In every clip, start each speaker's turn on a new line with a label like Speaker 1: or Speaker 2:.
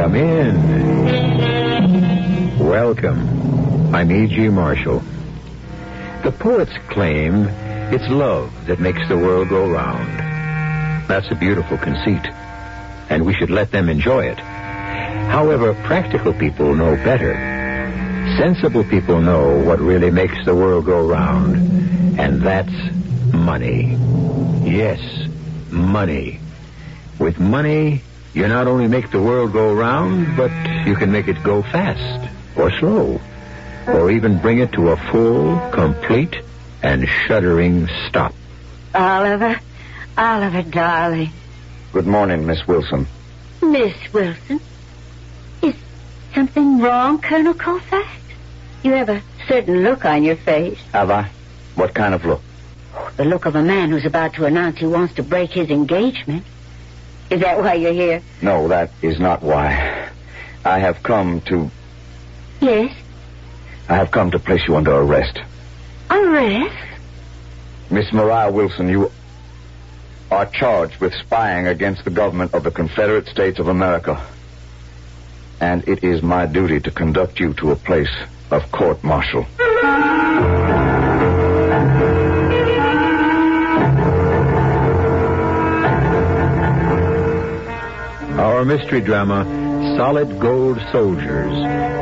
Speaker 1: Come in. Welcome. I'm E.G. Marshall. The poets claim it's love that makes the world go round. That's a beautiful conceit, and we should let them enjoy it. However, practical people know better. Sensible people know what really makes the world go round, and that's money. Yes, money. With money, you not only make the world go round, but you can make it go fast or slow, or even bring it to a full, complete, and shuddering stop.
Speaker 2: Oliver, Oliver, darling.
Speaker 1: Good morning, Miss Wilson.
Speaker 2: Miss Wilson, is something wrong, Colonel Colfax? You have a certain look on your face.
Speaker 1: Have I? What kind of look?
Speaker 2: The look of a man who's about to announce he wants to break his engagement. Is that why you're here?
Speaker 1: No, that is not why. I have come to.
Speaker 2: Yes.
Speaker 1: I have come to place you under arrest.
Speaker 2: Arrest?
Speaker 1: Miss Mariah Wilson, you are charged with spying against the government of the Confederate States of America. And it is my duty to conduct you to a place of court martial. Our mystery drama, Solid Gold Soldiers,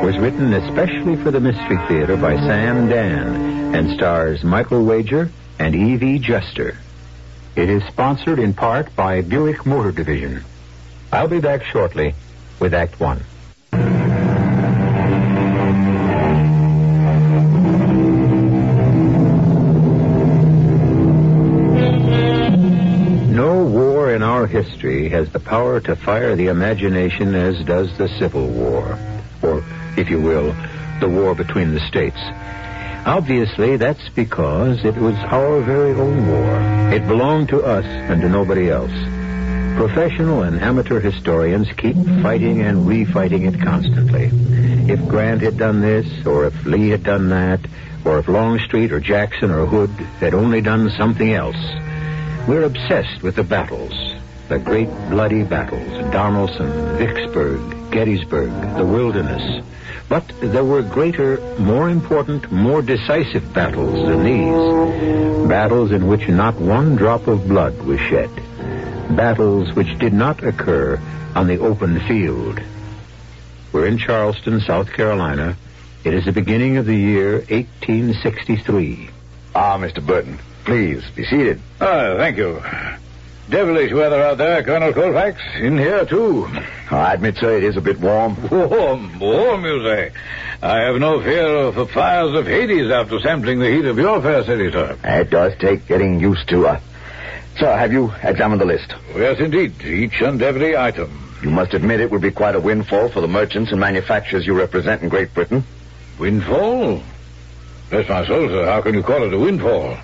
Speaker 1: was written especially for the Mystery Theater by Sam Dan and stars Michael Wager and Evie Juster. It is sponsored in part by Buick Motor Division. I'll be back shortly with Act One. No war in our history has the power to fire the imagination as does the Civil War, or, if you will, the war between the states. Obviously, that's because it was our very own war. It belonged to us and to nobody else. Professional and amateur historians keep fighting and refighting it constantly. If Grant had done this, or if Lee had done that, or if Longstreet or Jackson or Hood had only done something else, we're obsessed with the battles, the great bloody battles, Donelson, Vicksburg, Gettysburg, the wilderness. But there were greater, more important, more decisive battles than these. Battles in which not one drop of blood was shed. Battles which did not occur on the open field. We're in Charleston, South Carolina. It is the beginning of the year 1863.
Speaker 3: Ah, Mr. Burton, please be seated. Oh, thank you. Devilish weather out there, Colonel Colfax. In here, too. I admit, sir, it is a bit warm. Warm, warm, you say. Oh, I have no fear of the fires of Hades after sampling the heat of your fair city, sir.
Speaker 1: It does take getting used to. Uh... Sir, have you examined the list?
Speaker 3: Oh, Yes, indeed. Each and every item.
Speaker 1: You must admit it would be quite a windfall for the merchants and manufacturers you represent in Great Britain.
Speaker 3: Windfall? Bless my soul, sir. How can you call it a windfall?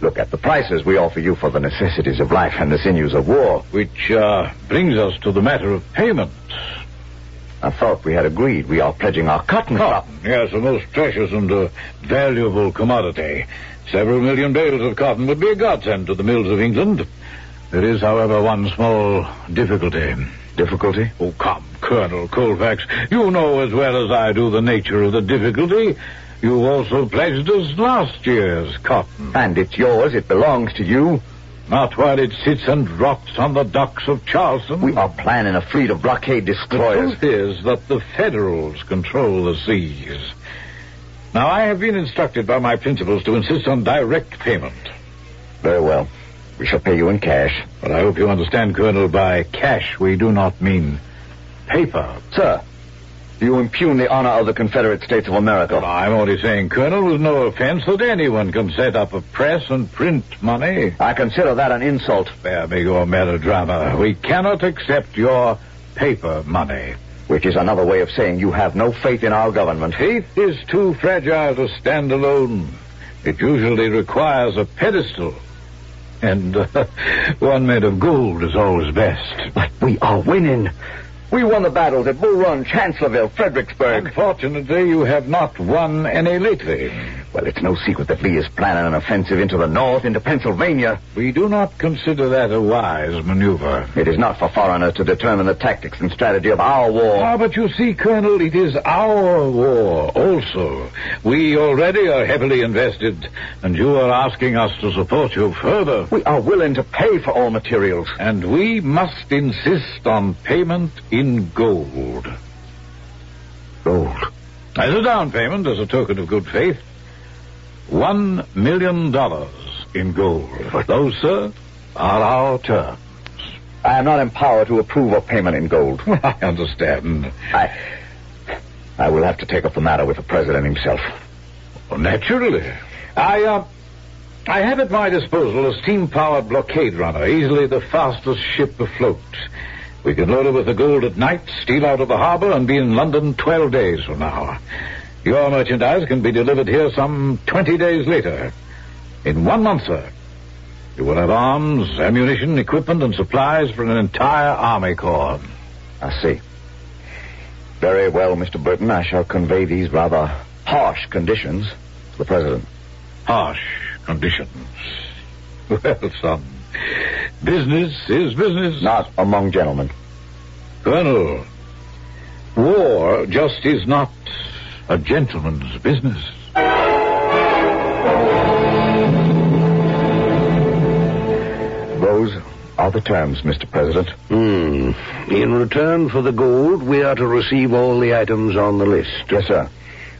Speaker 1: Look at the prices we offer you for the necessities of life and the sinews of war.
Speaker 3: Which uh, brings us to the matter of payment.
Speaker 1: I thought we had agreed we are pledging our cotton crop.
Speaker 3: Cotton, yes, a most precious and uh, valuable commodity. Several million bales of cotton would be a godsend to the mills of England. There is, however, one small difficulty.
Speaker 1: Difficulty?
Speaker 3: Oh, come, Colonel Colfax. You know as well as I do the nature of the difficulty. You also pledged us last year's cotton.
Speaker 1: And it's yours. It belongs to you.
Speaker 3: Not while it sits and rots on the docks of Charleston.
Speaker 1: We are planning a fleet of blockade
Speaker 3: The
Speaker 1: destroyers.
Speaker 3: truth is that the Federals control the seas. Now, I have been instructed by my principals to insist on direct payment.
Speaker 1: Very well. We shall pay you in cash.
Speaker 3: But I hope you understand, Colonel, by cash we do not mean paper.
Speaker 1: Sir, You impugn the honor of the Confederate States of America.
Speaker 3: I'm only saying, Colonel, with no offense, that anyone can set up a press and print money.
Speaker 1: I consider that an insult.
Speaker 3: Spare me your melodrama. We cannot accept your paper money.
Speaker 1: Which is another way of saying you have no faith in our government.
Speaker 3: Faith is too fragile to stand alone. It usually requires a pedestal. And uh, one made of gold is always best.
Speaker 1: But we are winning. We won the battles at Bull Run, Chancellorsville, Fredericksburg.
Speaker 3: Unfortunately, you have not won any lately.
Speaker 1: Well, it's no secret that Lee is planning an offensive into the north, into Pennsylvania.
Speaker 3: We do not consider that a wise maneuver.
Speaker 1: It is not for foreigners to determine the tactics and strategy of our war.
Speaker 3: Ah, but you see, Colonel, it is our war also. We already are heavily invested, and you are asking us to support you further.
Speaker 1: We are willing to pay for all materials.
Speaker 3: And we must insist on payment in gold.
Speaker 1: Gold.
Speaker 3: As a down payment, as a token of good faith, one million dollars in gold. Those, sir, are our terms.
Speaker 1: I am not empowered to approve of payment in gold.
Speaker 3: I understand.
Speaker 1: I. I will have to take up the matter with the president himself.
Speaker 3: Well, Oh, naturally. I, uh, I have at my disposal a steam-powered blockade runner, easily the fastest ship afloat. We can load her with the gold at night, steal out of the harbor, and be in London 12 days from now. Your merchandise can be delivered here some 20 days later. In one month, sir, you will have arms, ammunition, equipment, and supplies for an entire army corps.
Speaker 1: I see. Very well, Mr. Burton. I shall convey these rather harsh conditions to the president.
Speaker 3: Harsh conditions. Well, son, business is business.
Speaker 1: Not among gentlemen.
Speaker 3: Colonel, war just is not a gentleman's business.
Speaker 1: Those are the terms, Mr. President.
Speaker 4: Hmm. In return for the gold, we are to receive all the items on the list.
Speaker 1: Yes, sir.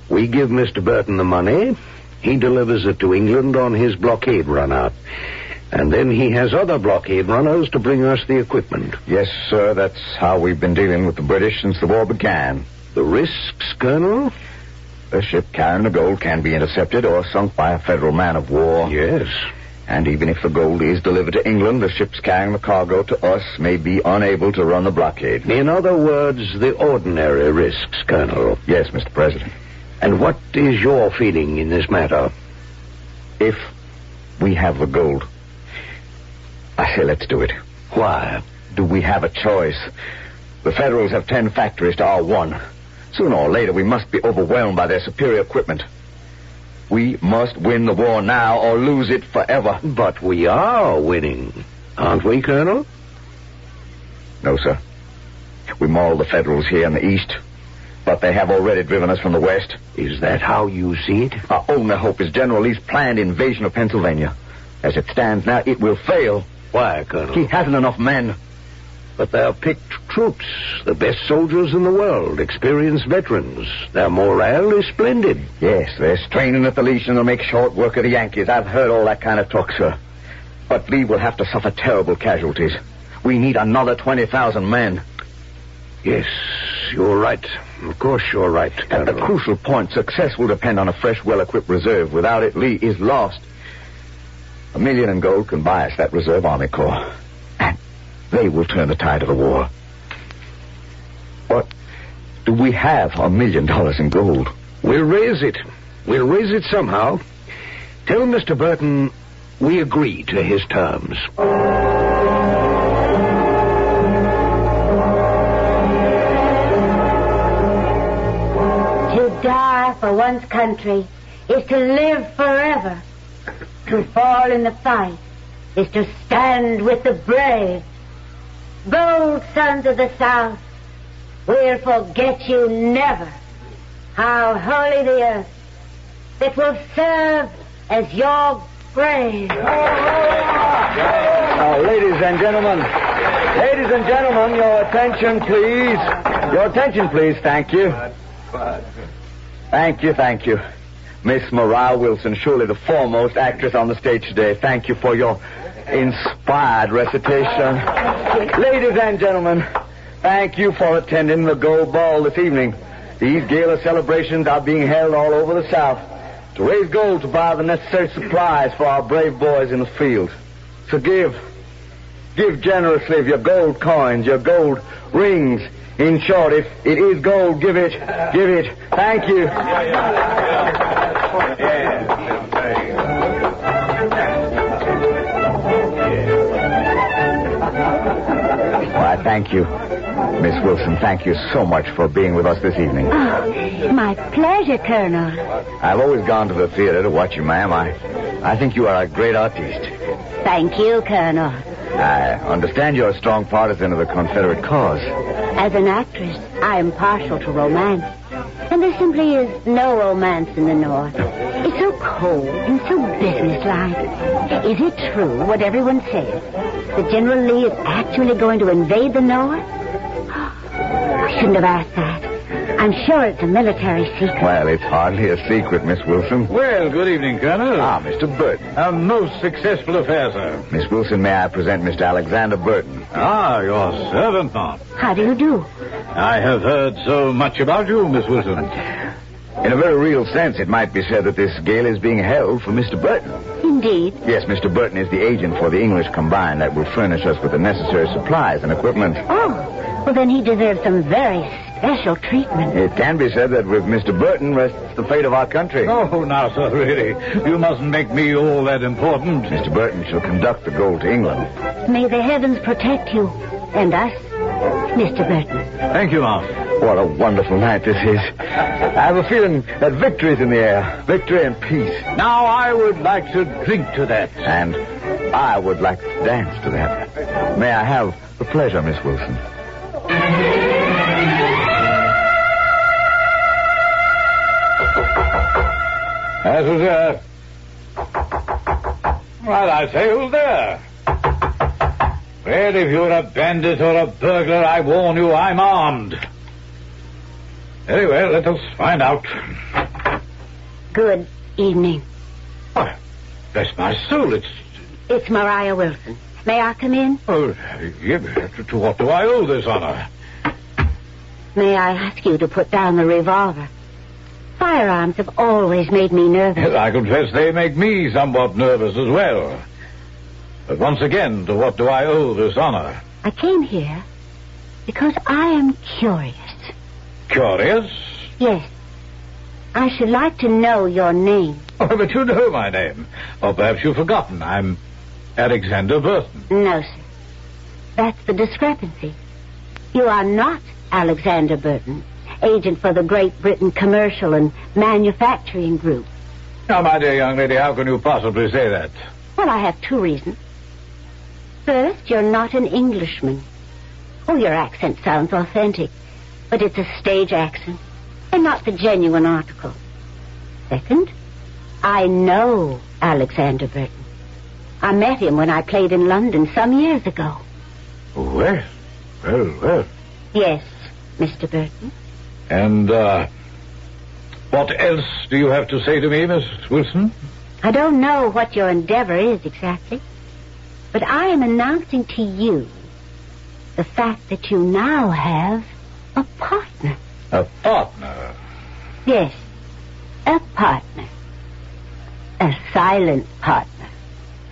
Speaker 4: We give Mr. Burton the money. He delivers it to England on his blockade run out. And then he has other blockade runners to bring us the equipment.
Speaker 1: Yes, sir. That's how we've been dealing with the British since the war began.
Speaker 4: The risks, Colonel?
Speaker 1: A ship carrying the gold can be intercepted or sunk by a federal man of war.
Speaker 4: Yes.
Speaker 1: And even if the gold is delivered to England, the ships carrying the cargo to us may be unable to run the blockade.
Speaker 4: In other words, the ordinary risks, Colonel.
Speaker 1: Yes, Mr. President.
Speaker 4: And what is your feeling in this matter?
Speaker 1: If we have the gold, I say let's do it.
Speaker 4: Why?
Speaker 1: Do we have a choice? The Federals have ten factories to our one. Sooner or later, we must be overwhelmed by their superior equipment. We must win the war now or lose it forever.
Speaker 4: But we are winning, aren't we, Colonel?
Speaker 1: No, sir. We maul the Federals here in the East, but they have already driven us from the West.
Speaker 4: Is that how you see it?
Speaker 1: Our only hope is General Lee's planned invasion of Pennsylvania. As it stands now, it will fail.
Speaker 4: Why, Colonel?
Speaker 1: He hasn't enough men.
Speaker 4: But they're picked troops, the best soldiers in the world, experienced veterans. Their morale is splendid.
Speaker 1: Yes, they're straining at the Legion to make short work of the Yankees. I've heard all that kind of talk, sir. But Lee will have to suffer terrible casualties. We need another 20,000 men.
Speaker 4: Yes, you're right. Of course you're right,
Speaker 1: At
Speaker 4: Colonel.
Speaker 1: the crucial point, success will depend on a fresh, well-equipped reserve. Without it, Lee is lost. A million in gold can buy us that reserve army corps. And they will turn the tide of the war. But do we have a million dollars in gold?
Speaker 4: We'll raise it. We'll raise it somehow. Tell Mr. Burton we agree to his terms.
Speaker 2: To die for one's country is to live forever. to fall in the fight is to stand with the brave. Bold sons of the South, we'll forget you never. How holy the earth that will serve as your grave.
Speaker 1: Now, ladies and gentlemen, ladies and gentlemen, your attention, please. Your attention, please. Thank you. Thank you, thank you. Miss Mariah Wilson, surely the foremost actress on the stage today. Thank you for your inspired recitation. Ladies and gentlemen, thank you for attending the Gold Ball this evening. These gala celebrations are being held all over the South to raise gold to buy the necessary supplies for our brave boys in the field. So give. Give generously of your gold coins, your gold rings. In short, if it is gold, give it. Give it. Thank you. Why, thank you. Miss Wilson, thank you so much for being with us this evening.
Speaker 2: Oh, my pleasure, Colonel.
Speaker 1: I've always gone to the theater to watch you, ma'am. I, I think you are a great artiste.
Speaker 2: Thank you, Colonel.
Speaker 1: I understand you're a strong partisan of the Confederate cause.
Speaker 2: As an actress, I am partial to romance. And there simply is no romance in the North. It's so cold and so businesslike. Is it true what everyone says? That General Lee is actually going to invade the North? I shouldn't have asked that. I'm sure it's a military secret.
Speaker 1: Well, it's hardly a secret, Miss Wilson.
Speaker 5: Well, good evening, Colonel.
Speaker 1: Ah, Mr. Burton.
Speaker 5: A most successful affair, sir.
Speaker 1: Miss Wilson, may I present Mr. Alexander Burton?
Speaker 5: Ah, your servant, ma'am.
Speaker 2: How do you do?
Speaker 5: I have heard so much about you, Miss Wilson.
Speaker 1: In a very real sense, it might be said that this gala is being held for Mr. Burton.
Speaker 2: Indeed.
Speaker 1: Yes, Mr. Burton is the agent for the English combined that will furnish us with the necessary supplies and equipment.
Speaker 2: Oh, well, then he deserves some very special treatment.
Speaker 1: It can be said that with Mr. Burton rests the fate of our country.
Speaker 5: Oh, now, sir, really. You mustn't make me all that important.
Speaker 1: Mr. Burton shall conduct the gold to England.
Speaker 2: May the heavens protect you and us, Mr. Burton.
Speaker 5: Thank you, ma'am.
Speaker 1: What a wonderful night this is. I have a feeling that victory's in the air. Victory and peace.
Speaker 5: Now I would like to drink to that.
Speaker 1: And I would like to dance to that. May I have the pleasure, Miss Wilson?
Speaker 5: That was uh Well, I say, who's there? Well, if you're a bandit or a burglar, I warn you, I'm armed. Very well, let us find out.
Speaker 2: Good evening.
Speaker 5: Oh, bless my soul, it's...
Speaker 2: It's Maria Wilson. May I come in?
Speaker 5: Oh, yeah, but to what do I owe this honor?
Speaker 2: May I ask you to put down the revolver? Firearms have always made me nervous.
Speaker 5: Yes, I confess they make me somewhat nervous as well. But once again, to what do I owe this honor?
Speaker 2: I came here because I am curious.
Speaker 5: Curious?
Speaker 2: Yes. I should like to know your name.
Speaker 5: Oh, but you know my name. Or perhaps you've forgotten. I'm Alexander Burton.
Speaker 2: No, sir. That's the discrepancy. You are not Alexander Burton, agent for the Great Britain Commercial and Manufacturing Group.
Speaker 5: Now, my dear young lady, how can you possibly say that?
Speaker 2: Well, I have two reasons. First, you're not an Englishman. Oh, your accent sounds authentic, but it's a stage accent and not the genuine article. Second, I know Alexander Burton. I met him when I played in London some years ago.
Speaker 5: Well, well, well.
Speaker 2: Yes, Mr. Burton.
Speaker 5: And, uh, what else do you have to say to me, Miss Wilson?
Speaker 2: I don't know what your endeavor is exactly, but I am announcing to you the fact that you now have a partner.
Speaker 5: A partner.
Speaker 2: Yes, a partner. A silent partner.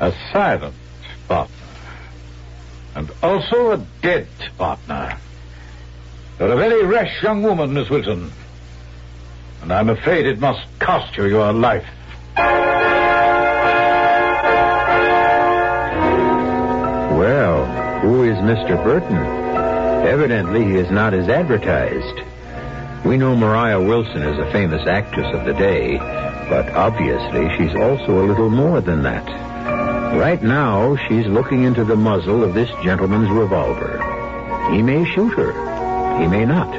Speaker 5: A silent partner. And also a dead partner. You're a very rash young woman, Miss Wilson. And I'm afraid it must cost you your life.
Speaker 3: Well, who is Mr. Burton? Evidently, he is not as advertised. We know Maria Wilson is a famous actress of the day, but obviously she's also a little more than that. Right now, she's looking into the muzzle of this gentleman's revolver. He may shoot her. He may not.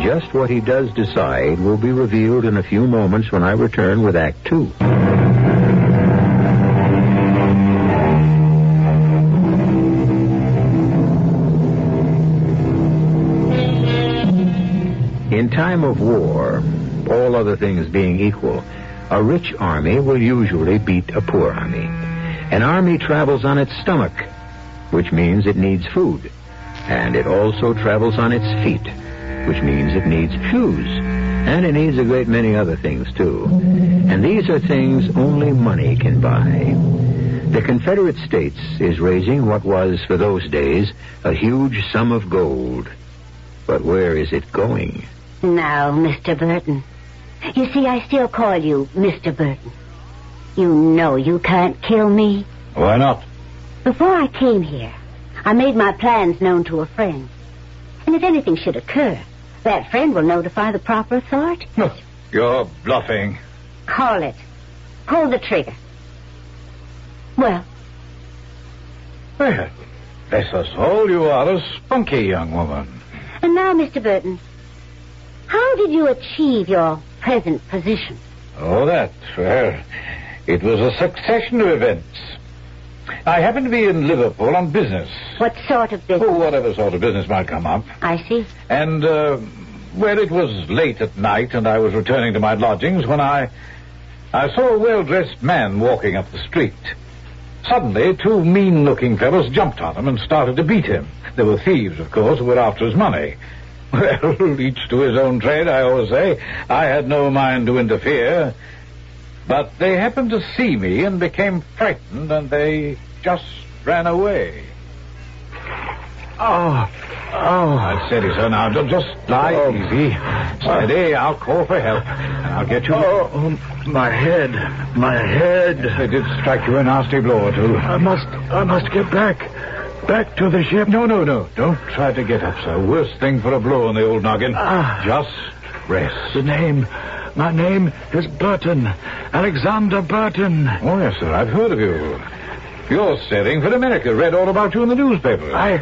Speaker 3: Just what he does decide will be revealed in a few moments when I return with Act Two. In time of war, all other things being equal, a rich army will usually beat a poor army. An army travels on its stomach, which means it needs food, and it also travels on its feet,
Speaker 6: which means it needs shoes. And it needs a great many other things, too. And these are things only money can buy. The Confederate States is raising what was, for those days, a huge sum of gold. But where is it going?
Speaker 2: Now, Mr. Burton. You see, I still call you Mr. Burton. You know you can't kill me.
Speaker 1: Why not?
Speaker 2: Before I came here, I made my plans known to a friend. And if anything should occur, that friend will notify the proper authorities.
Speaker 1: You're bluffing.
Speaker 2: Call it. Pull the trigger. Well,
Speaker 1: Well, bless us all, you are a spunky young woman.
Speaker 2: and now, Mr. Burton, how did you achieve your present position?
Speaker 1: Oh, that. Well, it was a succession of events. I happened to be in Liverpool on business.
Speaker 2: What sort of business?
Speaker 1: Oh, whatever sort of business might come up.
Speaker 2: I see.
Speaker 1: And, uh, well, it was late at night, and I was returning to my lodgings when I. I saw a well dressed man walking up the street. Suddenly, two mean looking fellows jumped on him and started to beat him. They were thieves, of course, who were after his money. Well, each to his own trade, I always say. I had no mind to interfere. But they happened to see me and became frightened, and they just ran away.
Speaker 3: Oh, oh.
Speaker 1: I said, sir, now ju- just lie
Speaker 3: Oh.
Speaker 1: easy. Steady, I'll call for help. And I'll get you.
Speaker 3: Oh, my head, my head.
Speaker 1: They did strike you a nasty blow or two.
Speaker 3: I must, I must get back, back to the ship.
Speaker 1: No, no, no. Don't try to get up, sir. Worst thing for a blow on the old noggin.
Speaker 3: Ah.
Speaker 1: Just rest.
Speaker 3: The name, my name is Burton, Alexander Burton.
Speaker 1: Oh, yes, sir. I've heard of you. You're sailing for America. Read all about you in the newspaper.
Speaker 3: I,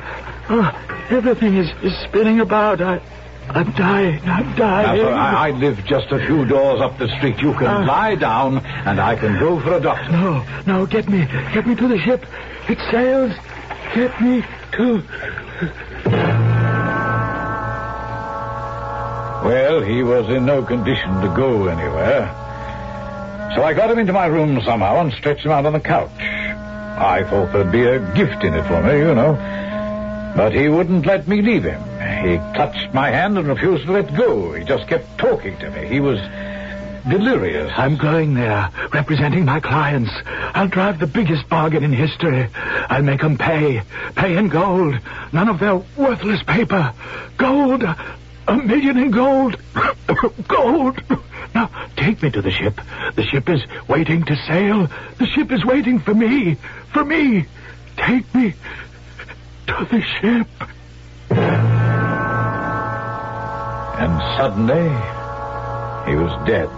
Speaker 3: oh, everything is, is spinning about. I, I'm dying. I'm
Speaker 1: Now,
Speaker 3: dying.
Speaker 1: sir, I, I live just a few doors up the street. You can
Speaker 3: Ah.
Speaker 1: lie down, and I can go for a doctor.
Speaker 3: No, no, get me, get me to the ship. It sails. Get me to.
Speaker 1: Well, he was in no condition to go anywhere. So I got him into my room somehow and stretched him out on the couch. I thought there'd be a gift in it for me, you know. But he wouldn't let me leave him. He clutched my hand and refused to let go. He just kept talking to me. He was delirious.
Speaker 3: I'm going there, representing my clients. I'll drive the biggest bargain in history. I'll make 'em pay, pay in gold. None of their worthless paper. Gold, a million in gold, gold. Now take me to the ship. The ship is waiting to sail. The ship is waiting for me, for me. Take me to the ship.
Speaker 1: And suddenly, he was dead.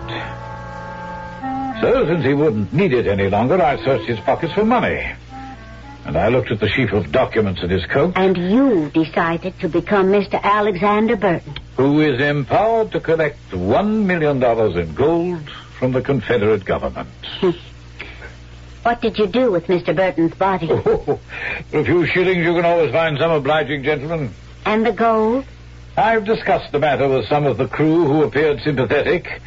Speaker 1: So, since he wouldn't need it any longer, I searched his pockets for money. And I looked at the sheaf of documents in his coat.
Speaker 2: And you decided to become Mr. Alexander Burton.
Speaker 1: who is empowered to collect one million dollars in gold from the Confederate government.
Speaker 2: What did you do with Mr. Burton's body?
Speaker 1: Oh, for a few shillings, you can always find some obliging gentleman.
Speaker 2: And the gold?
Speaker 1: I've discussed the matter with some of the crew who appeared sympathetic.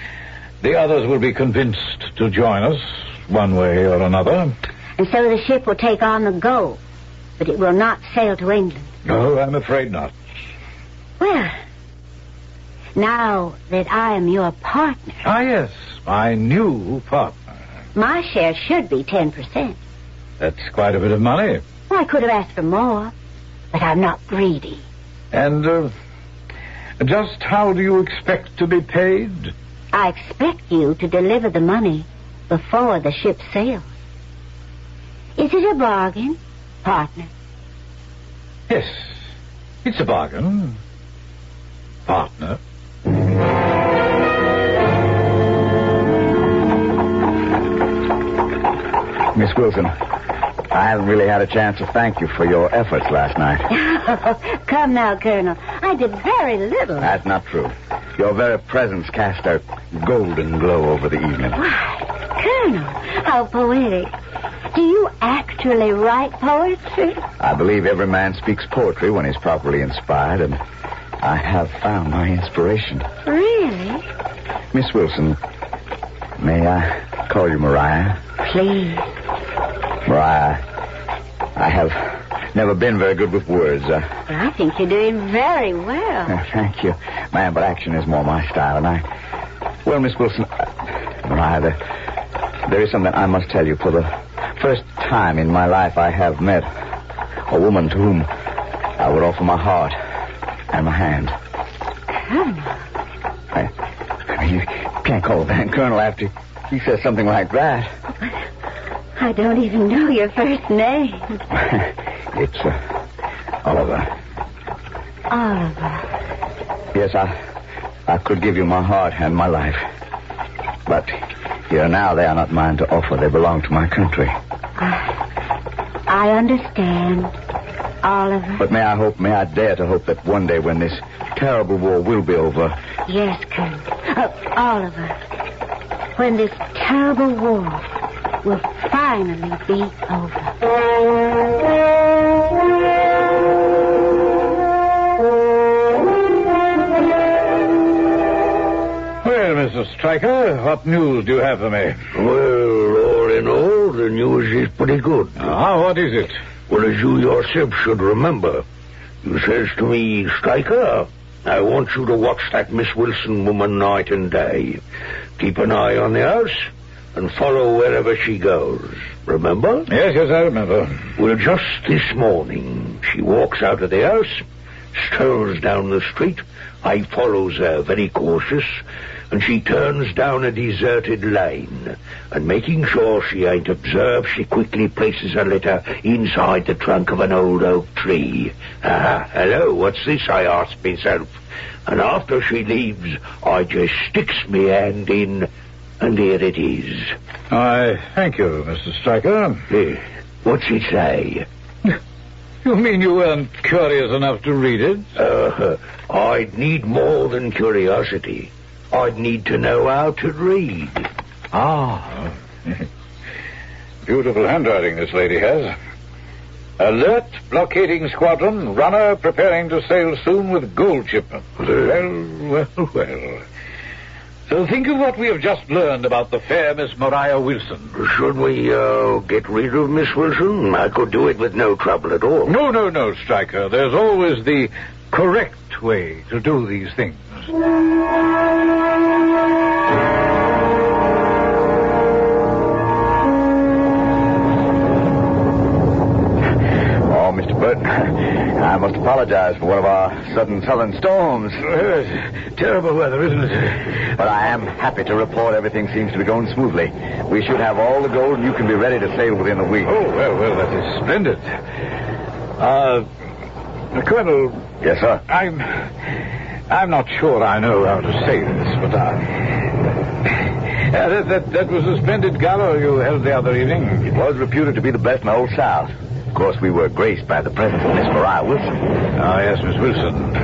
Speaker 1: The others will be convinced to join us, one way or another.
Speaker 2: And so the ship will take on the gold, but it will not sail to England.
Speaker 1: No, I'm afraid not.
Speaker 2: Well, now that I am your partner,
Speaker 1: Ah, yes, my new partner.
Speaker 2: my share should be 10%.
Speaker 1: That's quite a bit of money.
Speaker 2: Well, I could have asked for more, but I'm not greedy.
Speaker 1: And uh, just how do you expect to be paid?
Speaker 2: I expect you to deliver the money before the ship sails. Is it a bargain, partner?
Speaker 1: Yes, it's a bargain, partner.
Speaker 3: Miss Wilson, I haven't really had a chance to thank you for your efforts last night.
Speaker 2: Come now, Colonel. I did very little.
Speaker 3: That's not true. Your very presence cast a golden glow over the evening.
Speaker 2: Why, Colonel, how poetic. Do you actually write poetry?
Speaker 3: I believe every man speaks poetry when he's properly inspired, and I have found my inspiration.
Speaker 2: Really?
Speaker 3: Miss Wilson, may I call you Mariah?
Speaker 2: Please.
Speaker 3: Mariah, I have Never been very good with words. Uh,
Speaker 2: Well, I think you're doing very well.
Speaker 3: Uh, Thank you. Man, but action is more my style, and I. Well, Miss Wilson, uh, Maria, there, there is something I must tell you. For the first time in my life, I have met a woman to whom I would offer my heart and my hand. Colonel? I, I mean, you can't call a man Colonel after he says something like that.
Speaker 2: I don't even know your first name.
Speaker 3: it's uh, Oliver.
Speaker 2: Oliver.
Speaker 3: Yes, I, I could give you my heart and my life. But here now, they are not mine to offer. They belong to my country.
Speaker 2: I understand. Oliver.
Speaker 3: But may I hope, may I dare to hope that one day when this terrible war will be over,
Speaker 2: Yes, Colonel. Oh, Oliver. When this terrible war will finally be over.
Speaker 1: Well, Mr. Stryker, what news do you have for me?
Speaker 7: Well, all in all, the news is pretty good.
Speaker 3: Uh-huh.
Speaker 1: Ah, what is it?
Speaker 7: Well, as you yourself should remember, you says to me, Stryker, I want you to watch that Miss Wilson woman night and day. Keep an eye on the house and follow wherever she goes. Remember?
Speaker 1: Yes, yes, I remember.
Speaker 7: Well, just this morning, she walks out of the house, strolls down the street. I follows her, very cautious, and she turns down a deserted lane. And making sure she ain't observed, she quickly places her litter inside the trunk of an old oak tree. Ah, hello, what's this? I asked myself. And after she leaves, I just sticks me hand in, and here it is.
Speaker 1: I thank you, Mr. Stryker.
Speaker 7: Eh, What's it say?
Speaker 1: You mean you weren't curious enough to read it?
Speaker 7: Uh, I'd need more than curiosity. I'd need to know how to read.
Speaker 1: Ah. Beautiful handwriting this lady has. Alert blockading squadron, runner preparing to sail soon with gold shipment. Well, well, well. So think of what we have just learned about the fair Miss Maria Wilson.
Speaker 7: Should we uh, get rid of Miss Wilson? I could do it with no trouble at all.
Speaker 1: No, no, no, Stryker. There's always the correct way to do these things.
Speaker 3: oh, Mr. Burton, I must apologize for one of our sudden southern storms.
Speaker 1: Terrible weather, isn't it?
Speaker 3: But I am happy to report everything seems to be going smoothly. We should have all the gold, and you can be ready to sail within a week.
Speaker 1: Oh, well, well, that is splendid. Uh, Colonel,
Speaker 3: Yes, sir.
Speaker 1: I'm. I'm not sure I know how to say this, but I. Yeah, that, that, that was a splendid gala you held the other evening.
Speaker 3: It was reputed to be the best in the whole South. Of course, we were graced by the presence of Miss Maria Wilson.
Speaker 1: Ah, yes, Miss Wilson.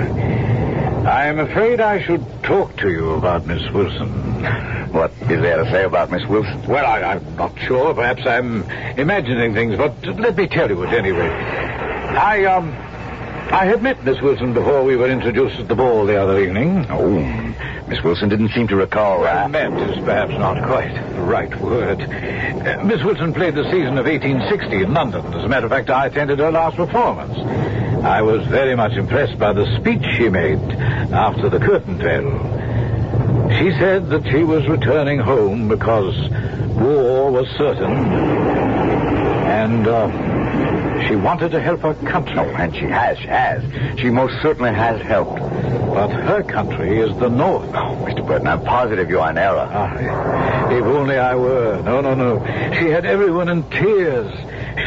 Speaker 1: I'm afraid I should talk to you about Miss Wilson.
Speaker 3: What is there to say about Miss Wilson?
Speaker 1: Well, I, I'm not sure. Perhaps I'm imagining things, but let me tell you it anyway. I, um. I had met Miss Wilson before we were introduced at the ball the other evening.
Speaker 3: Oh, Miss Wilson didn't seem to recall
Speaker 1: Well,
Speaker 3: that.
Speaker 1: met is perhaps not quite the right word. Uh, Miss Wilson played the season of 1860 in London. As a matter of fact, I attended her last performance. I was very much impressed by the speech she made after the curtain fell. She said that she was returning home because war was certain, and uh, she wanted to help her country.
Speaker 3: Oh, and she has, she has. She most certainly has helped.
Speaker 1: But her country is the North.
Speaker 3: Oh, Mr. Burton, I'm positive you're in error.
Speaker 1: Ah, if only I were. No, no, no. She had everyone in tears.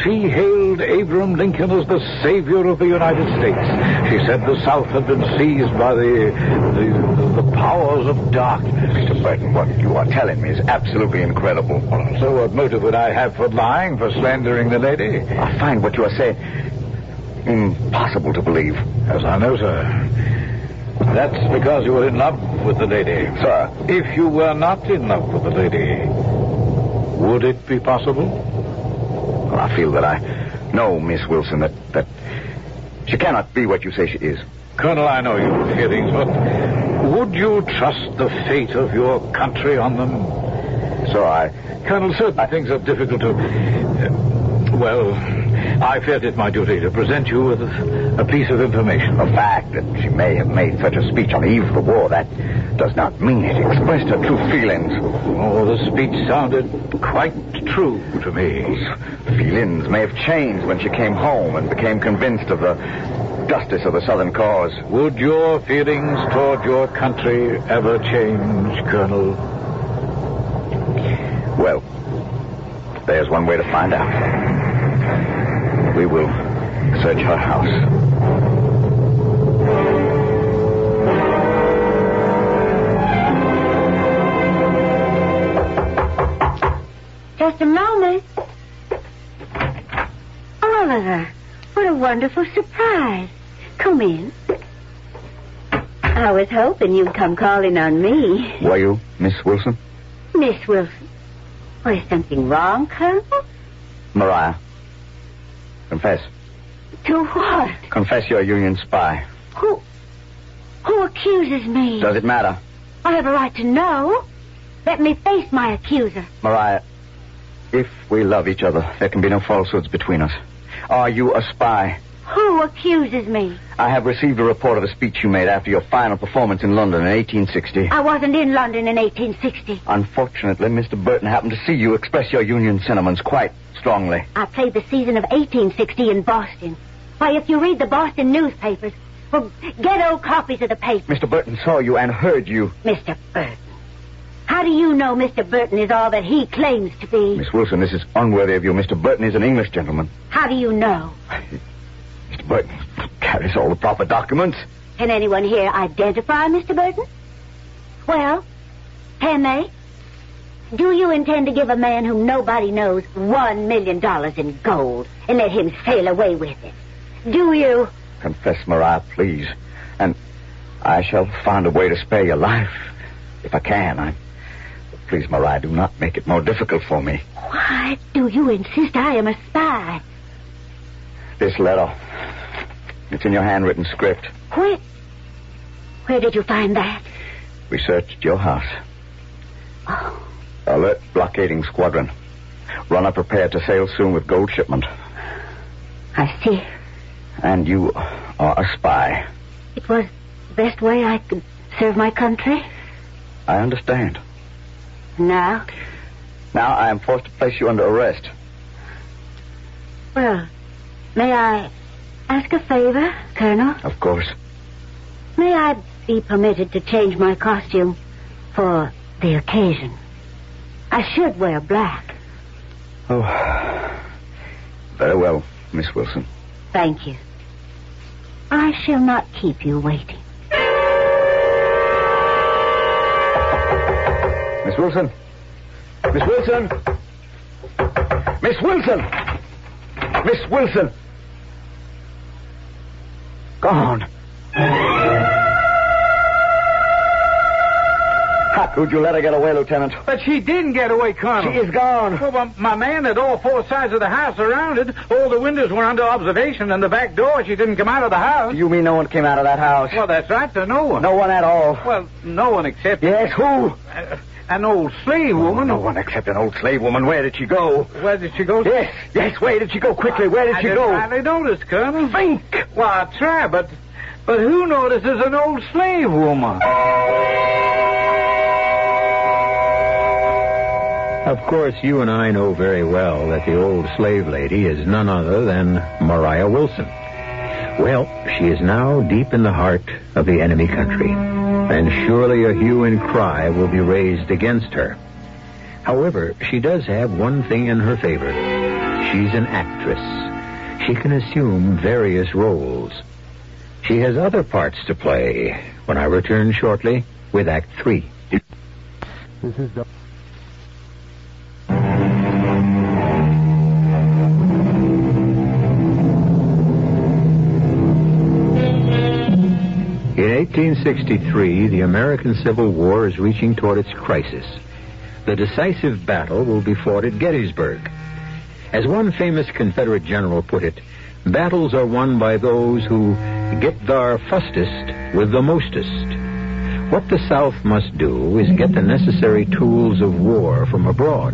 Speaker 1: She hailed Abraham Lincoln as the savior of the United States. She said the South had been seized by the the, the powers of darkness.
Speaker 3: Mr. Burton, what you are telling me is absolutely incredible. uh,
Speaker 1: So what motive would I have for lying, for slandering the lady?
Speaker 3: I find what you are saying impossible to believe.
Speaker 1: As I know, sir. That's because you were in love with the lady.
Speaker 3: Sir,
Speaker 1: If you were not in love with the lady, would it be possible?
Speaker 3: well, I feel that I know Miss Wilson, that, that she cannot be what you say she is.
Speaker 1: Colonel, I know your feelings, but would you trust the fate of your country on them?
Speaker 3: So I,
Speaker 1: Colonel, certain things are difficult to. uh, well, I felt it my duty to present you with a, a piece of information.
Speaker 3: The fact that she may have made such a speech on the eve of the war, that does not mean it expressed her true feelings.
Speaker 1: Oh, the speech sounded quite true to me.
Speaker 3: Feelings may have changed when she came home and became convinced of the justice of the Southern cause.
Speaker 1: Would your feelings toward your country ever change, Colonel?
Speaker 3: Well, there's one way to find out. We will search her house.
Speaker 2: Just a moment. Oliver, what a wonderful surprise. Come in. I was hoping you'd come calling on me,
Speaker 3: Were you, Miss Wilson?
Speaker 2: Miss Wilson. Was something wrong, Colonel?
Speaker 3: Mariah. Confess.
Speaker 2: To what?
Speaker 3: Confess you're a Union spy.
Speaker 2: Who? Who accuses me?
Speaker 3: Does it matter?
Speaker 2: I have a right to know. Let me face my accuser.
Speaker 3: Mariah, if we love each other, there can be no falsehoods between us. Are you a spy?
Speaker 2: Who accuses me?
Speaker 3: I have received a report of a speech you made after your final performance in London in 1860.
Speaker 2: I wasn't in London in 1860.
Speaker 3: Unfortunately, Mr. Burton happened to see you express your Union sentiments quite strongly.
Speaker 2: I played the season of 1860 in Boston. Why, if you read the Boston newspapers, well, ghetto copies of the papers.
Speaker 3: Mr. Burton saw you and heard you.
Speaker 2: Mr. Burton. How do you know Mr. Burton is all that he claims to be?
Speaker 3: Miss Wilson, this is unworthy of you. Mr. Burton is an English gentleman.
Speaker 2: How do you know?
Speaker 3: Mr. Burton carries all the proper documents.
Speaker 2: Can anyone here identify Mr. Burton? Well, can they? Do you intend to give a man whom nobody knows one million dollars in gold and let him sail away with it? Do you?
Speaker 3: Confess, Mariah, please. And I shall find a way to spare your life. If I can, I. Please, Mariah, do not make it more difficult for me.
Speaker 2: Why do you insist I am a spy?
Speaker 3: This letter. It's in your handwritten script.
Speaker 2: Where? Where did you find that?
Speaker 3: We searched your house.
Speaker 2: Oh,
Speaker 3: Alert blockading squadron. Runner prepared to sail soon with gold shipment.
Speaker 2: I see.
Speaker 3: And you are a spy.
Speaker 2: It was the best way I could serve my country.
Speaker 3: I understand.
Speaker 2: Now,
Speaker 3: Now I am forced to place you under arrest.
Speaker 2: well, may I ask a favor, Colonel?
Speaker 3: Of course.
Speaker 2: May I be permitted to change my costume for the occasion? I should wear black.
Speaker 3: Oh. Very well, Miss Wilson.
Speaker 2: Thank you. I shall not keep you waiting.
Speaker 3: Miss Wilson. Miss Wilson. Miss Wilson. Miss Wilson. Gone. How could you let her get away, Lieutenant?
Speaker 1: But she didn't get away, Colonel.
Speaker 3: She is gone.
Speaker 1: Oh, but my man had all four sides of the house surrounded. All the windows were under observation, and the back door, she didn't come out of the house.
Speaker 3: You mean no one came out of that house?
Speaker 1: Well, that's right, to no one.
Speaker 3: No one at all.
Speaker 1: Well, no one except
Speaker 3: Yes, who?
Speaker 1: uh, an old slave woman.
Speaker 3: No one except an old slave woman. Where did she go?
Speaker 1: Where did she go?
Speaker 3: Yes, yes. Where did she go? Quickly, where did
Speaker 1: I
Speaker 3: she
Speaker 1: just
Speaker 3: go?
Speaker 1: hardly noticed, Colonel.
Speaker 3: Think.
Speaker 1: Well, I try, but but who notices an old slave woman?
Speaker 6: Of course, you and I know very well that the old slave lady is none other than Maria Wilson. Well, she is now deep in the heart of the enemy country, and surely a hue and cry will be raised against her. However, she does have one thing in her favor. She's an actress. She can assume various roles. She has other parts to play when I return shortly with Act Three. In 1863, the American Civil War is reaching toward its crisis. The decisive battle will be fought at Gettysburg. As one famous Confederate general put it, battles are won by those who get thar fustest with the mostest. What the South must do is get the necessary tools of war from abroad,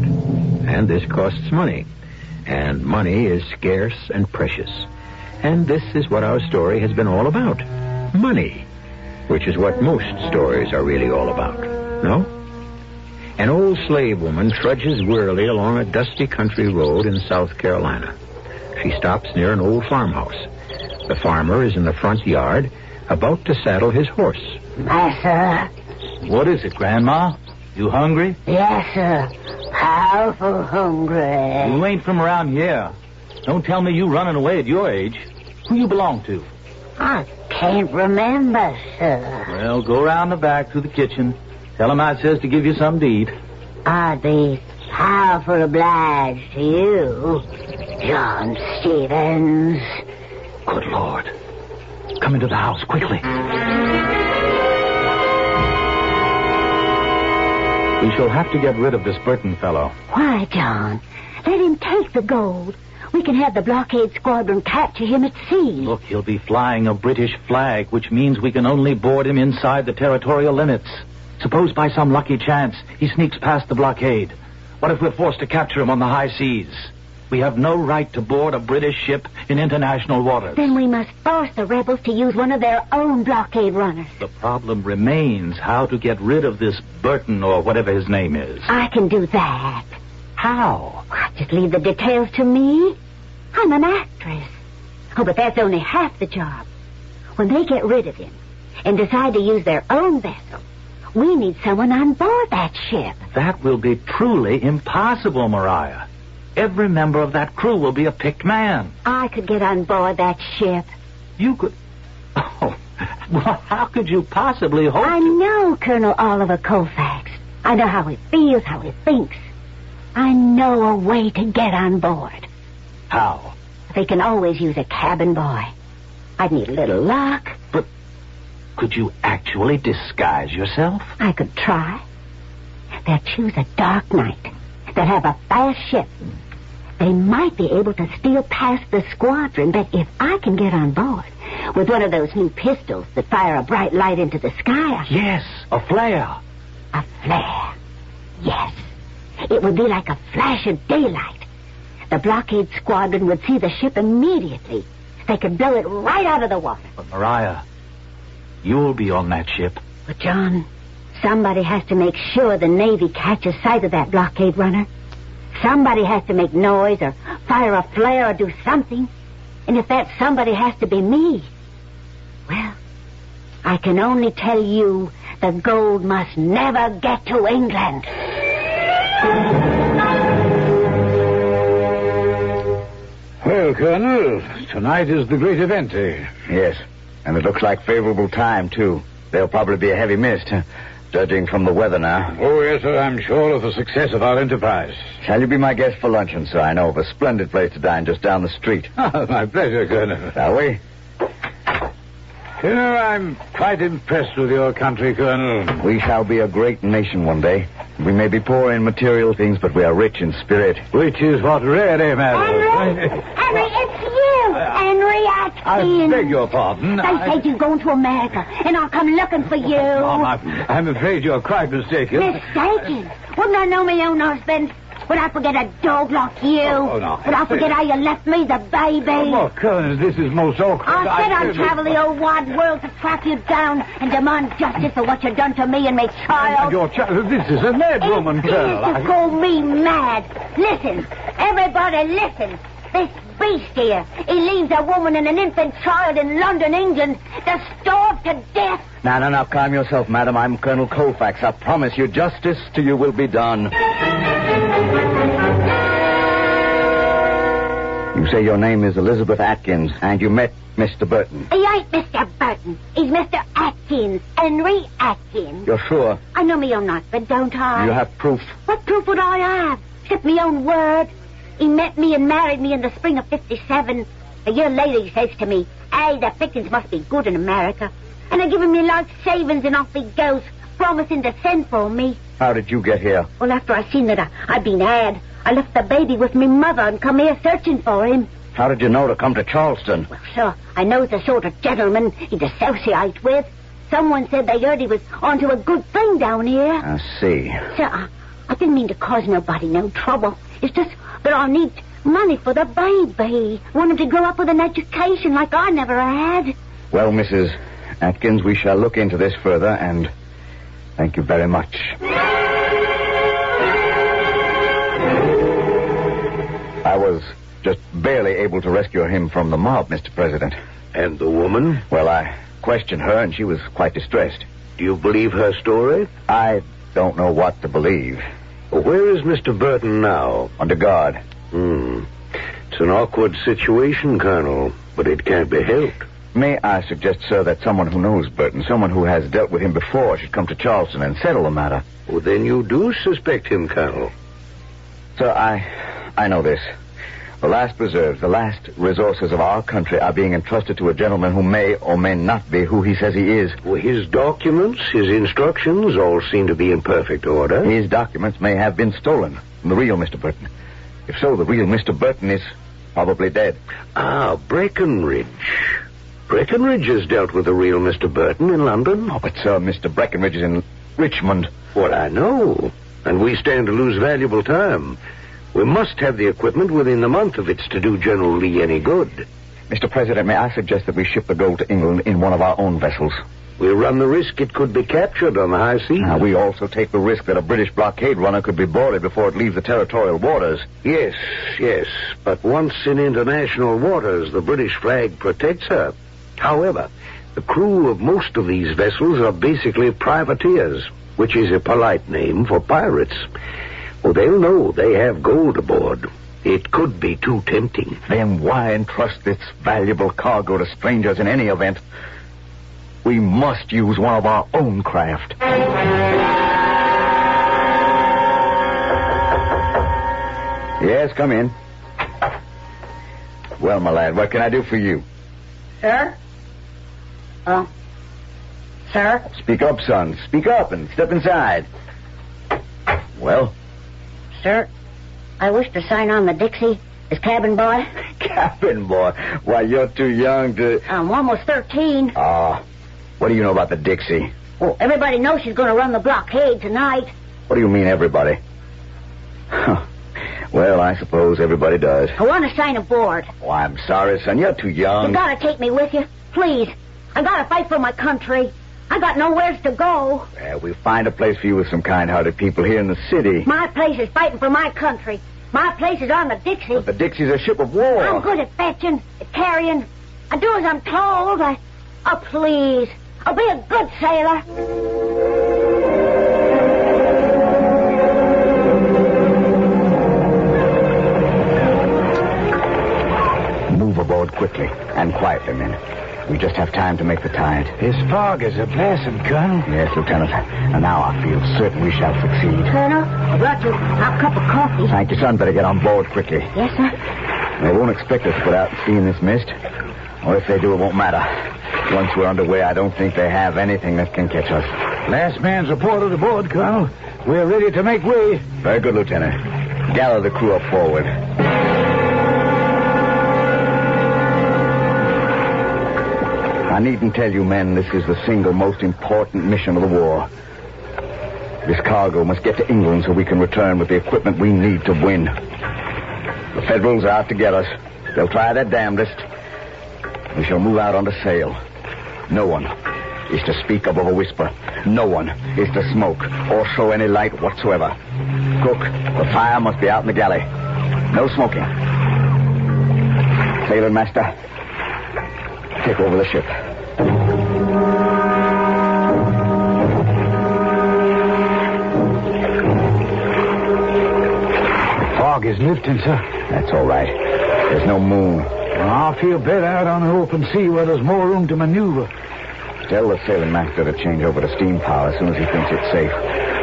Speaker 6: and this costs money. and money is scarce and precious. And this is what our story has been all about money, which is what most stories are really all about. No? An old slave woman trudges wearily along a dusty country road in South Carolina. She stops near an old farmhouse. The farmer is in the front yard about to saddle his horse.
Speaker 2: Yes, sir.
Speaker 1: What is it, Grandma? You hungry?
Speaker 2: Yes, sir. Powerful hungry.
Speaker 1: You ain't from around here. Don't tell me you running away at your age. Who you belong to?
Speaker 2: I can't remember, sir.
Speaker 1: Well, go round the back to the kitchen. Tell 'em I says to give you something to eat.
Speaker 2: I'd be powerful obliged to you, John Stevens.
Speaker 1: Good Lord. Come into the house quickly. We shall have to get rid of this Burton fellow.
Speaker 2: Why, John? Let him take the gold. We can have the blockade squadron capture him at sea.
Speaker 1: Look, he'll be flying a British flag, which means we can only board him inside the territorial limits. Suppose by some lucky chance he sneaks past the blockade. What if we're forced to capture him on the high seas? We have no right to board a British ship in international waters.
Speaker 2: Then we must force the rebels to use one of their own blockade runners.
Speaker 1: The problem remains how to get rid of this Burton or whatever his name is.
Speaker 2: I can do that.
Speaker 1: How?
Speaker 2: Why, just leave the details to me. I'm an actress. Oh, but that's only half the job. When they get rid of him and decide to use their own vessel, we need someone on board that ship.
Speaker 1: That will be truly impossible, Maria. Every member of that crew will be a picked man.
Speaker 2: I could get on board that ship.
Speaker 1: You could. Oh, well, how could you possibly hope?
Speaker 2: I know Colonel Oliver Colfax. I know how he feels, how he thinks. I know a way to get on board.
Speaker 1: How?
Speaker 2: They can always use a cabin boy. I'd need a little luck.
Speaker 1: Could you actually disguise yourself?
Speaker 2: I could try. They'll choose a dark night. They'll have a fast ship. They might be able to steal past the squadron, but if I can get on board with one of those new pistols that fire a bright light into the sky, I-
Speaker 1: Yes, a flare.
Speaker 2: a flare. Yes. It would be like a flash of daylight. The blockade squadron would see the ship immediately. They could blow it right out of the water.
Speaker 1: But, Maria, you'll be on that ship.
Speaker 2: But, John, somebody has to make sure the Navy catches sight of that blockade runner. Somebody has to make noise or fire a flare or do something. And if that somebody has to be me, well, I can only tell you the gold must never get to England.
Speaker 1: Well, Colonel, tonight is the great event, eh?
Speaker 3: Yes. And it looks like favorable time, too. There'll probably be a heavy mist, huh, judging from the weather now.
Speaker 1: Oh, yes, sir, I'm sure of the success of our enterprise.
Speaker 3: Shall you be my guest for luncheon, sir? I know of a splendid place to dine just down the street.
Speaker 1: Ah, My pleasure, Colonel.
Speaker 3: Shall we?
Speaker 1: You know, I'm quite impressed with your country, Colonel.
Speaker 3: We shall be a great nation one day. We may be poor in material things, but we are rich in spirit.
Speaker 1: Which is what really
Speaker 2: Henry!
Speaker 1: matters.
Speaker 2: Henry, it's you! Henry, I
Speaker 1: I
Speaker 2: can't.
Speaker 1: beg your pardon.
Speaker 2: They
Speaker 1: I-
Speaker 2: said you're going to America, and I'll come looking for you.
Speaker 1: Oh, I'm, I'm afraid you're quite mistaken.
Speaker 2: Mistaken? Wouldn't I know my own husband? Would I forget a dog like you?
Speaker 1: Oh, oh, no.
Speaker 2: Would I forget how you left me, the baby?
Speaker 1: Oh, Colonel, this is most awkward.
Speaker 2: I said I'd travel
Speaker 1: traveling.
Speaker 2: the old wide world to track you down and demand justice for what you've done to me and my child.
Speaker 1: Your child, this is a mad
Speaker 2: It
Speaker 1: woman,
Speaker 2: is
Speaker 1: Colonel.
Speaker 2: to
Speaker 1: I-
Speaker 2: call me mad. Listen, everybody listen. This beast here, he leaves a woman and an infant child in London, England, to starve to death.
Speaker 3: Now, now, now, calm yourself, madam. I'm Colonel Colfax. I promise you justice to you will be done. You say your name is Elizabeth Atkins, and you met Mr. Burton.
Speaker 2: He ain't Mr. Burton. He's Mr. Atkins, Henry Atkins.
Speaker 3: You're sure?
Speaker 2: I know me own husband, don't I?
Speaker 3: You have proof.
Speaker 2: What proof would I have? Except me own word. He met me and married me in the spring of 57. A year later, he says to me, Hey, the pickings must be good in America. And they give him me life savings and off he goes, promising to send for me.
Speaker 3: How did you get here?
Speaker 2: Well, after I seen that I, I'd been had, I left the baby with me mother and come here searching for him.
Speaker 3: How did you know to come to Charleston?
Speaker 2: Well, sir, I know the sort of gentleman he'd associate with. Someone said they heard he was onto a good thing down here.
Speaker 3: I see.
Speaker 2: Sir, I, I didn't mean to cause nobody no trouble. It's just that I need Money for the baby. Want him to grow up with an education like I never had.
Speaker 3: Well, Mrs. Atkins, we shall look into this further, and thank you very much. I was just barely able to rescue him from the mob, Mr. President.
Speaker 8: And the woman?
Speaker 3: Well, I questioned her, and she was quite distressed.
Speaker 8: Do you believe her story?
Speaker 3: I don't know what to believe.
Speaker 8: Where is Mr. Burton now?
Speaker 3: Under guard.
Speaker 8: Hmm. It's an awkward situation, Colonel, but it can't be helped.
Speaker 3: May I suggest, sir, that someone who knows Burton, someone who has dealt with him before, should come to Charleston and settle the matter?
Speaker 8: Well, then you do suspect him, Colonel.
Speaker 3: Sir, I, I know this. The last reserves, the last resources of our country are being entrusted to a gentleman who may or may not be who he says he is.
Speaker 8: Well, his documents, his instructions all seem to be in perfect order.
Speaker 3: His documents may have been stolen from the real Mr. Burton. If so, the real Mr. Burton is probably dead.
Speaker 8: Ah, Breckenridge. Breckenridge has dealt with the real Mr. Burton in London.
Speaker 3: Oh, but, sir, Mr. Breckenridge is in Richmond.
Speaker 8: Well, I know. And we stand to lose valuable time. We must have the equipment within the month if it's to do General Lee any good.
Speaker 3: Mr. President, may I suggest that we ship the gold to England in one of our own vessels?
Speaker 8: We run the risk it could be captured on the high seas.
Speaker 3: Now, we also take the risk that a British blockade runner could be boarded before it leaves the territorial waters.
Speaker 8: Yes, yes. But once in international waters, the British flag protects her. However, the crew of most of these vessels are basically privateers, which is a polite name for pirates. Well, they'll know they have gold aboard. It could be too tempting.
Speaker 3: Then why entrust this valuable cargo to strangers in any event? We must use one of our own craft. Yes, come in. Well, my lad, what can I do for you?
Speaker 2: Sir? Oh. Sir?
Speaker 3: Speak up, son. Speak up and step inside. Well?
Speaker 2: Sir? I wish to sign on the Dixie as cabin boy.
Speaker 3: Captain boy, why, you're too young to.
Speaker 2: I'm almost 13.
Speaker 3: Ah, what do you know about the Dixie?
Speaker 2: Well, everybody knows she's going to run the blockade tonight.
Speaker 3: What do you mean, everybody? Huh. Well, I suppose everybody does.
Speaker 2: I want to sign aboard.
Speaker 3: Oh, I'm sorry, son. You're too
Speaker 2: You
Speaker 3: young.
Speaker 2: gotta take me with you, please. I gotta fight for my country. I got nowheres to go.
Speaker 3: Uh, Well, we'll find a place for you with some kind-hearted people here in the city.
Speaker 2: My place is fighting for my country. My place is on the Dixie.
Speaker 3: But the Dixie's a ship of war.
Speaker 2: I'm good at fetching, at carrying. I do as I'm told. I, oh, please. I'll be a good sailor.
Speaker 3: Move aboard quickly and quietly, men. We just have time to make the tide. This fog is a blessing, Colonel. Yes, Lieutenant. And now I feel certain we shall succeed.
Speaker 2: Colonel, I brought you a cup of coffee.
Speaker 3: Thank you, son. Better get on board quickly.
Speaker 2: Yes, sir.
Speaker 3: They won't expect us to put out and see in this mist. Or if they do, it won't matter. Once we're underway, I don't think they have anything that can catch us. Last man's reported aboard, Colonel. We're ready to make way. Very good, Lieutenant. Gather the crew up forward. I needn't tell you, men, this is the single most important mission of the war. This cargo must get to England so we can return with the equipment we need to win. The Federals are out to get us. They'll try their damnedest. We shall move out under sail. No one is to speak above a whisper. No one is to smoke or show any light whatsoever. Cook, the fire must be out in the galley. No smoking. Sailor master, take over the ship.
Speaker 9: Fog is lifting, sir.
Speaker 3: That's all right. There's no moon.
Speaker 9: I feel better out on the open sea where there's more room to maneuver.
Speaker 3: Tell the sailing master to change over to steam power as soon as he thinks it's safe.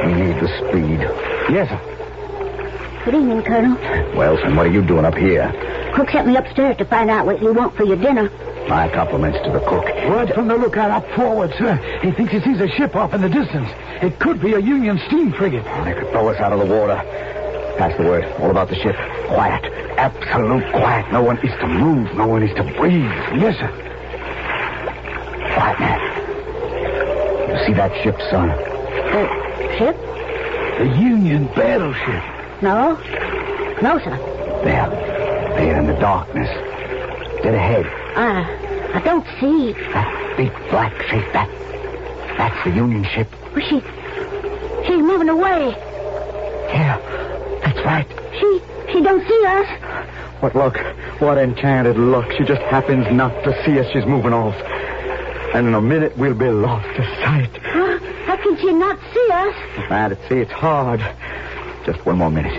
Speaker 3: We need the speed.
Speaker 9: Yes, sir.
Speaker 2: Good evening, Colonel.
Speaker 3: Wilson, what are you doing up here?
Speaker 2: Cook sent me upstairs to find out what you want for your dinner.
Speaker 3: My compliments to the cook.
Speaker 9: Word from the lookout up forward, sir. He thinks he sees a ship off in the distance. It could be a Union steam frigate.
Speaker 3: They could throw us out of the water. Pass the word. All about the ship. Quiet. Absolute quiet. No one is to move. No one is to breathe.
Speaker 9: Yes, sir.
Speaker 3: Quiet, man. You see that ship, son?
Speaker 2: Uh, ship?
Speaker 9: The Union battleship.
Speaker 2: No. No, sir.
Speaker 3: There.
Speaker 1: there in the darkness. Dead ahead.
Speaker 2: I, I don't see.
Speaker 1: That big black shape, that. That's the Union ship.
Speaker 2: Well, she, she's moving away.
Speaker 1: Yeah, that's right.
Speaker 2: She, she don't see us.
Speaker 1: What luck. What enchanted luck. She just happens not to see us. She's moving off. And in a minute, we'll be lost to sight.
Speaker 2: Huh? How can she not see us?
Speaker 1: Man, it's, see, it's hard. Just one more minute.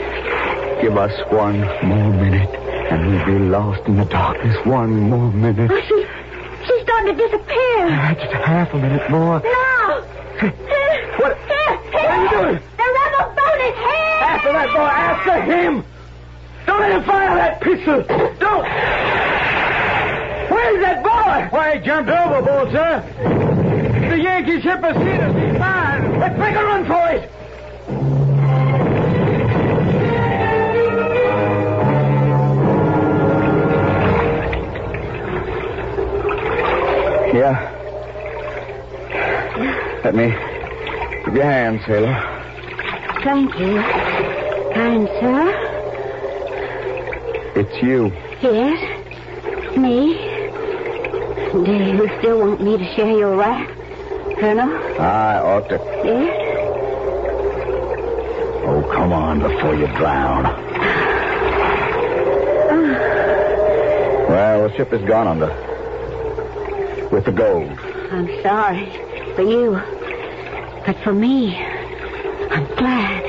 Speaker 1: Give us one more minute, and we'll be lost in the darkness. One more minute.
Speaker 2: Oh, she, she's starting to disappear.
Speaker 1: Ah, Just half a minute more.
Speaker 2: Now.
Speaker 1: What-
Speaker 2: What are you doing? The rebel boat is here.
Speaker 1: After that boy, after him! Don't let him fire that pistol! Don't! Where's that boy? Why, he jumped overboard, sir. The Yankee ship has seen us. He's fired. Let's make a run for it. Yeah. Let me give your hand, sailor.
Speaker 2: Thank you. Kind sir.
Speaker 1: It's you.
Speaker 2: Yes. Me. Do you still want me to share your wrath, Colonel?
Speaker 1: I ought to.
Speaker 2: Yes?
Speaker 1: Oh, come on before you drown. Well, the ship has gone under. With the gold.
Speaker 2: I'm sorry for you. But for me, I'm glad.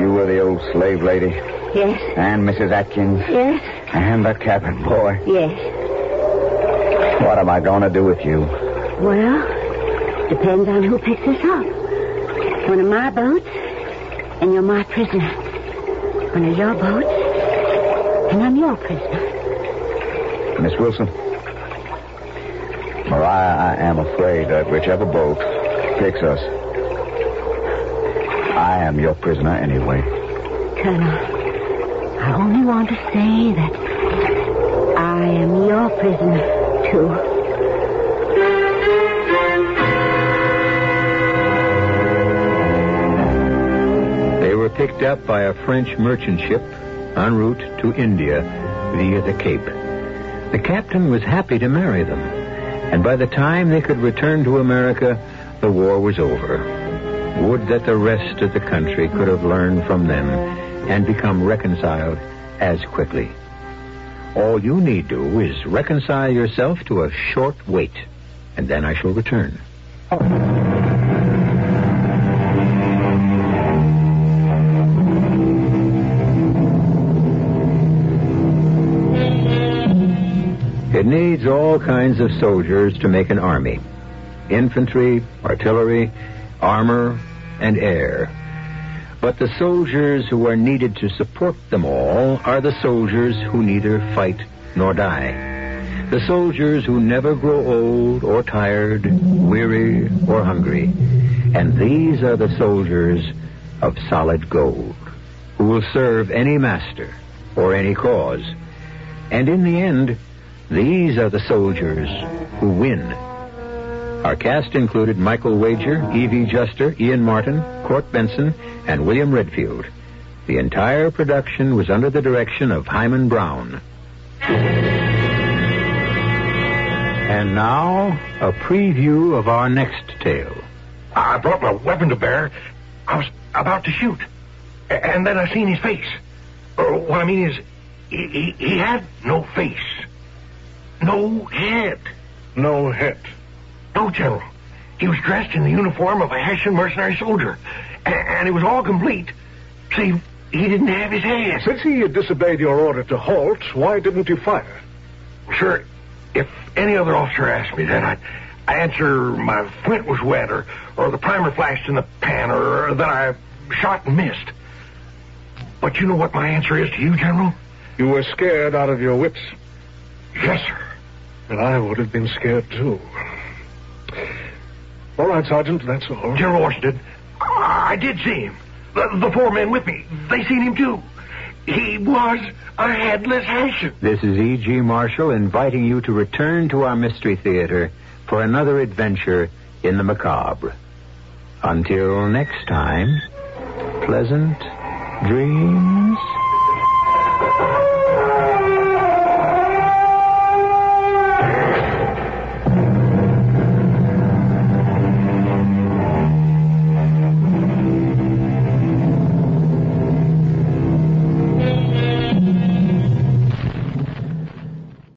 Speaker 1: You were the old slave lady,
Speaker 2: Yes?
Speaker 1: and Mrs. Atkins,
Speaker 2: Yes?
Speaker 1: and the cabin boy.
Speaker 2: Yes.
Speaker 1: What am I going to do with you?
Speaker 2: Well, depends on who picks us up. One of my boats, and you're my prisoner. One of your boats, and I'm your prisoner.
Speaker 1: Miss Wilson? Mariah, I am afraid that whichever boat takes us, I am your prisoner anyway.
Speaker 2: Colonel, I only want to say that I am your prisoner, too.
Speaker 3: They were picked up by a French merchant ship en route to India via the Cape. The captain was happy to marry them, and by the time they could return to America, the war was over. Would that the rest of the country could have learned from them and become reconciled as quickly. All you need do is reconcile yourself to a short wait, and then I shall return. It needs all kinds of soldiers to make an army infantry, artillery, armor, and air. But the soldiers who are needed to support them all are the soldiers who neither fight nor die. The soldiers who never grow old or tired, weary or hungry. And these are the soldiers of solid gold who will serve any master or any cause. And in the end, these are the soldiers who win. Our cast included Michael Wager, Evie Juster, Ian Martin, Court Benson, and William Redfield. The entire production was under the direction of Hyman Brown. And now, a preview of our next tale.
Speaker 7: I brought my weapon to bear. I was about to shoot. A- And then I seen his face. Or what I mean is, he, he, he had no face. No head. No head. No, General. He was dressed in the uniform of a Hessian mercenary soldier. A- And it was all complete, save he didn't have his hand.
Speaker 10: Since he had disobeyed your order to halt, why didn't you fire?
Speaker 7: Sure, if any other officer asked me that, I'd I answer my flint was wet or, or the primer flashed in the pan or, that I shot and missed. But you know what my answer is to you, General?
Speaker 10: You were scared out of your wits.
Speaker 7: Yes, sir.
Speaker 10: And I would have been scared, too. All right, Sergeant, that's all.
Speaker 7: General Washington, I, I did see him. The, the four men with me, they seen him too. He was a headless Hessian.
Speaker 3: This is E.G. Marshall inviting you to return to our Mystery Theater for another adventure in the macabre. Until next time, pleasant dreams.